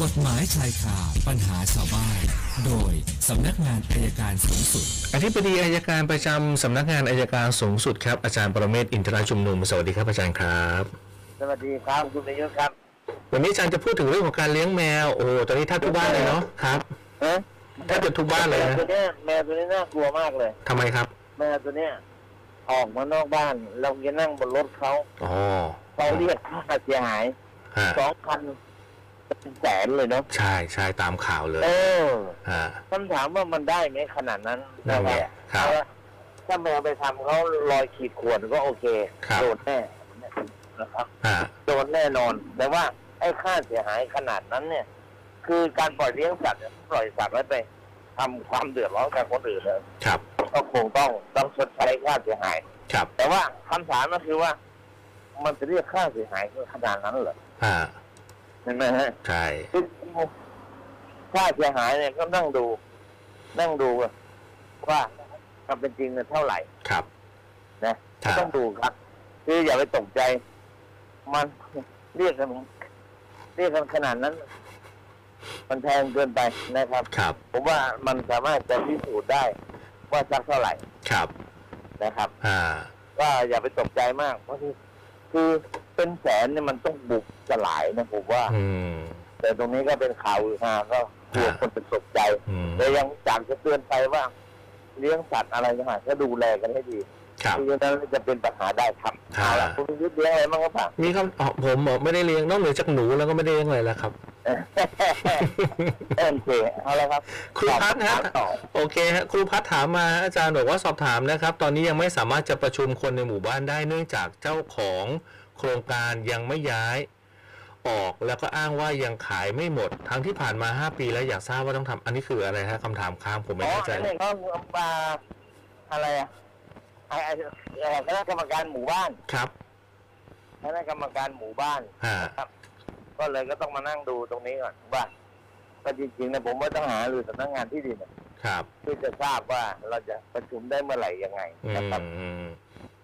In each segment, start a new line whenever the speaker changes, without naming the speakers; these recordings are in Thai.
กฎหมายชายคาปัญหาชาวบ้าน โดยสำนักงานอายการสูงสุด
อธิบดีอายการประจำสำนักงานอายการสูงสุดครับอาจารย์ปรเมศวร์อินทรชุมนุมสวัสดีครับอาจารย์ครับ
สวัสดีครับคุณประยุทธ์ครับ
วันนี้อาจารย์จะพูดถึงเรื่องของการเลี้ยงแมวโอ้โหตอนนี้แทบทุกบ้านเลยเนาะครับ
ฮะ
แทบจะทุกบ้าน
แม
เลยว นะ
ตัวเนี้ยแมวตัวนี้น่ากลัวมากเลย
ทำไมครับ
แมวตัวเนี้ยออกมานอกบ้านเราจะนั่งบนรถเขา
อ๋อ
เราเรียกค่าเสียหาย
ฮะ
สองพันเป็นแสนเลยเนาะ
ใช่ใช่ตามข่าวเลย
เออ
ฮะ
คำถามว่ามันได้ไหมขนาดนั้น
นั่นแหละ
นะครับ
ครับ
ถ้าแมวไปทำเขาลอยขีดข่วนก็โอเค
ครับ
โดนแน่นะครับ
ฮะ
โดนแน่นอน แต่ว่าไอ้ค่าเสียหายขนาดนั้นเนี่ย คือการปล่อยเลี้ยงสัตว์เนี่ยปล่อยสัตว์ไว้ไปทำความเดือดร้อนกับคนอื่นเลย
ครับ
ก็คงต้องต้องชดใช้ค่าเสียหาย
ครับ
แต่ว่าคำถามก็คือว่า มันจะเรียกค่าเสียหายขนาดนั้นเหรอ
ฮะ
เห็นไหมฮะ
ใช่
คือค่าเสียหายเนี่ยก็นั่งดู นั่งดูว่าความเป็นจริงเนี่ยเท่าไหร่
ครับ
นะ
ฮะ
ต้องดูครับ คืออย่าไปตกใจ มัน เรียกกันเรียกกันขนาดนั้น มันแพงเกินไปนะครับ
ครับ
ผมว่ามันสามารถจะพิสูจน์ได้ว่าสักเท่าไหร่
ครับ
นะครับ
ฮะ
ก็อย่าไปตกใจมาก เพราะคือคือเป็นแสนเนี่ยมันต้องบุกสลายนะผมว่า
อืม
แต่ตรงนี้ก็เป็นข่าวฮือฮาก็กลัว
อ่า
คนเป็นตกใจ
อืม
แต่ยังจากจะเตือนไปว่า เลี้ยงสัตว์อะไรก็หาก็ดูแลกันให้ดี
ครับ
ไม่งั้นจะเป็นปัญหาได้ครับ
อ่า
เอาละคุณยุทธเลี้ยงอะไรบ้างครับ ป่ะ
มีคำอ๋อผมบอกไม่ได้เลี้ยงนอกเหนือจากหนูแล้วก็ไม่ได้เลี้ยงอะไรแล้วครับ
โอเคเอาละครับ
ครู
ตอบ
พัฒน์ฮะ
ถามต่อ
โอเคฮะครูพัฒน์ถามมาอาจารย์บอกว่าสอบถามนะครับ ตอนนี้ยังไม่สามารถจะประชุมคนในหมู่บ้านได้เนื่องจากเจ้าของโครงการยังไม่ย้าย ออกแล้วก็อ้างว่ายังขายไม่หมด ทั้งที่ผ่านมา 5 ปีแล้วอยากทราบว่าต้องทำอันนี้คืออะไรฮะคำถามค้างผมไม่
อ๋อ
แน่ใจ
อันนี้ก็ปลาอะไรอะไอ้ไอ้ไอ้คณะกรรมการหมู่บ้าน
ครับ
คณะกรรมการหมู่บ้าน
ฮะ
ก็เลยก็ต้องมานั่งดูตรงนี้ก่อนว่าก็จริงๆนะผมว่าต้องหาหรือสำนักงานที่ดินน่ะ
ครับ
เพื่อจะทราบว่าเราจะประชุมได้เมื่อไหร่ยังไง
อื
นะ
ม
ครับ
อืม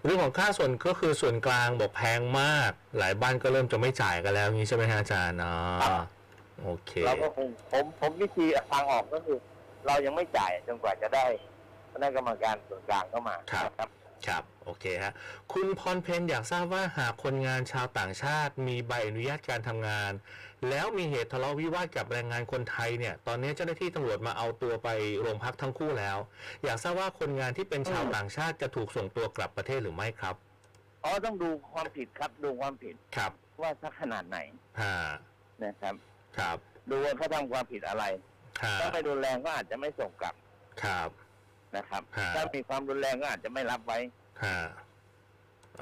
เรื่องของค่าส่วนก็คือส่วนกลางบอกแพงมาก หลายบ้านก็เริ่มจะไม่จ่ายกันแล้วอย่างนี้ใช่ไหมฮะอาจารย์อ๋อ
ครับ
โอเค
เราก็คงผมผมวิธีทางออกก็คือ เรายังไม่จ่ายจนกว่าจะได้คณะกรรมการส่วนกลางเข้ามา
ครับ
ครับ
ครับ โอเคฮะ คุณพรเพนอยากทราบว่าหากคนงานชาวต่างชาติมีใบอนุญาตการทำงาน แล้วมีเหตุทะเลาะวิวาทกับแรงงานคนไทยเนี่ย ตอนนี้เจ้าหน้าที่ตำรวจมาเอาตัวไปโรงพักทั้งคู่แล้ว อยากทราบว่าคนงานที่เป็นชาวต่างชาติจะถูกส่งตัวกลับประเทศหรือไม่ครับ
อ๋อต้องดูความผิดครับดูความผิด
ครับ
ว่าสักขนาดไหน
ฮ่า
นะครับ
ครับ
ดูว่าเขาทำความผิดอะไร
ฮ่า
ถ้าไม่รุนแรงก็อาจจะไม่ส่งกลับ
ครับ
นะครับ
ฮ่า
ถ้ามีความรุนแรงก็อาจจะไม่รับไว้
ฮ่า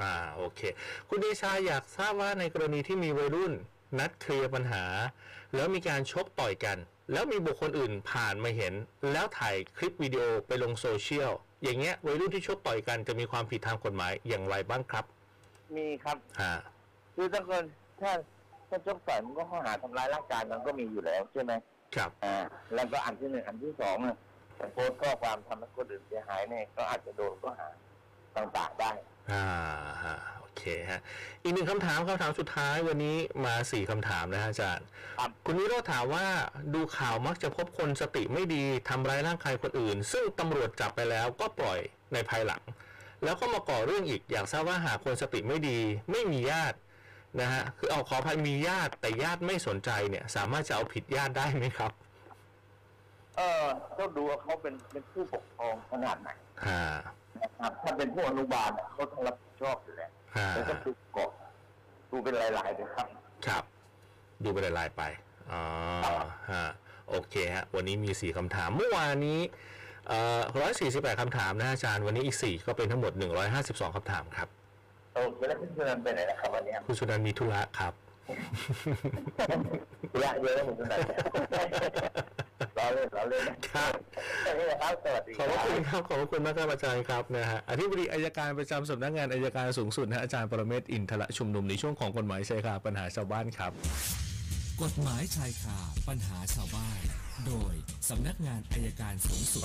อ่า โอเค คุณเดชาอยากทราบว่าในกรณีที่มีวัยรุ่น นัดเคลียร์ปัญหา แล้วมีการชกต่อยกัน แล้วมีบุคคลอื่นผ่านมาเห็น แล้วถ่ายคลิปวิดีโอไปลงโซเชียลอย่างเงี้ยวัยรุ่นที่ชกต่อยกันจะมีความผิดทางกฎหมายอย่างไรบ้างครับ
มีครับ
ฮะ
คือถ้าคนถ้าถ้าชกต่อยมันก็ข้อหาทำร้ายร่างกายมันก็มีอยู่แล้วใช่ไหม
ครับ
อ่า แล้วก็อันที่หนึ่งอันที่สองอะแต่โพสต์ข้อความทำให้คนอื่นเสียหายเนี่ยก็อาจจะโดนข้อหาต่างๆได้
อ่าฮะโอเคฮะอีกหนึ่งคำถามคำถามสุดท้ายวันนี้มาสี่คำถามนะฮะอาจารย์
ครับ
คุณวิโรธถามว่าดูข่าวมักจะพบคนสติไม่ดีทำร้ายร่างกายคนอื่น ซึ่งตำรวจจับไปแล้วก็ปล่อยในภายหลัง แล้วก็มาก่อเรื่องอีกอยากทราบว่าหากคนสติไม่ดี ไม่มีญาตินะฮะคือเอาขออภัยมีญาติแต่ญาติไม่สนใจเนี่ยสามารถจะเอาผิดญาติได้ไหมครับ
เออก็ดูว่าเขาเป็นเป็นผู้ปกครองขนาดไหน
ฮ่า
นะครับ ถ้าเป็นผู้อนุบาลอะเขาต้องรับผิดชอบอยู่แล้ว
ฮ่า
แล้วก็ดูกฎดูเป็นหลายๆเลยครับ
ครับ ดูไปลายๆไปอ๋อฮะโอเคฮะวันนี้มี 4คำถามเมื่อวานนี้เอ่อ148คำถามนะอาจารย์วันนี้อีก 4 ก็เป็นทั้งหมด 152คำถามครับ
โอเคแล้วคุณเชิญไปไหนนะครับวันเนี้ย
คุณสุนันท์มีธุระครับ
เวลาเยอะแล้วผม จะไหนเราเล่นเราเล่น
ครับ
แค่นี้นะครับสวัสดี
ข
ค
อบพระ
รับ
คุณครับขอบพระคุณมากครับอาจารย์ครับนะฮะอธิบดีอายการประจำสำนักงานอายการสูงสุดนะฮะอาจารย์ปรเมศวร์อินทรชุมนุมในช่วงของกฎหมายชายคาปัญหาชาวบ้านครับ
กฎหมายชายคาปัญหาชาวบ้าน โดยสำนักงานอายการสูงสุด